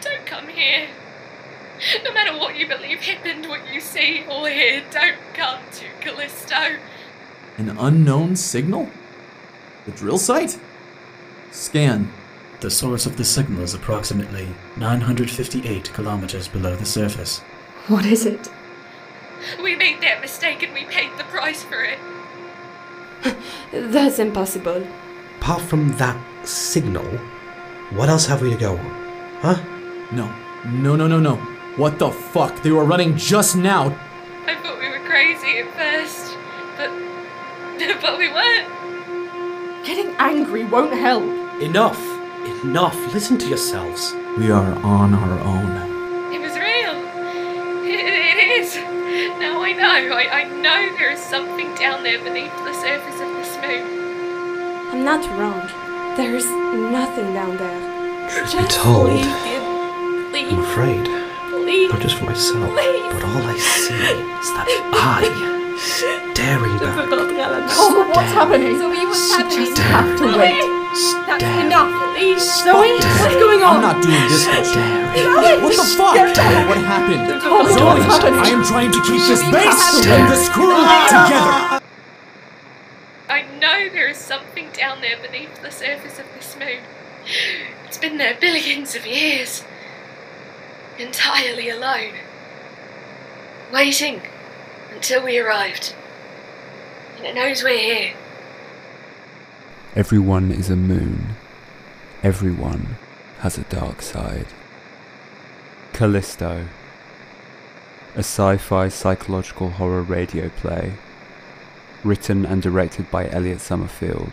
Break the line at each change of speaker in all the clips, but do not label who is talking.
Don't come here. No matter what you believe happened, what you see or hear, don't come to Callisto.
An unknown signal? The drill site? Scan.
The source of the signal is approximately 958 kilometers below the surface.
What is it?
We made that mistake and we paid the price for it.
That's impossible.
Apart from that signal, what else have we to go on? Huh?
No. No, no, no, no. What the fuck? They were running just now.
I thought we were crazy at first, but but we weren't.
Getting angry won't help.
Enough! Enough! Listen to yourselves.
We are on our own.
It was real. It, it is. Now I know. I, I know there is something down there beneath the surface of this moon.
I'm not wrong. There's nothing down there.
Truth be
Just
told,
leave it.
I'm
Leave.
afraid,
Leave.
not just for myself,
Please.
but all I see is that I, staring back,
Oh, what's happening?
Zoe, what's happening?
You have to wait. That's
staring,
enough.
Please.
Zoe, what's going on?
I'm not doing this.
staring.
What the fuck? What happened?
Tell me
Zoe,
what's happening.
I am trying to keep this base and
Damn.
this crew together.
I know there is something down there beneath the surface of this moon. It's been there billions of years. Entirely alone. Waiting until we arrived. And it knows we're here.
Everyone is a moon. Everyone has a dark side. Callisto. A sci fi psychological horror radio play. Written and directed by Elliot Summerfield.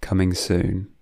Coming soon.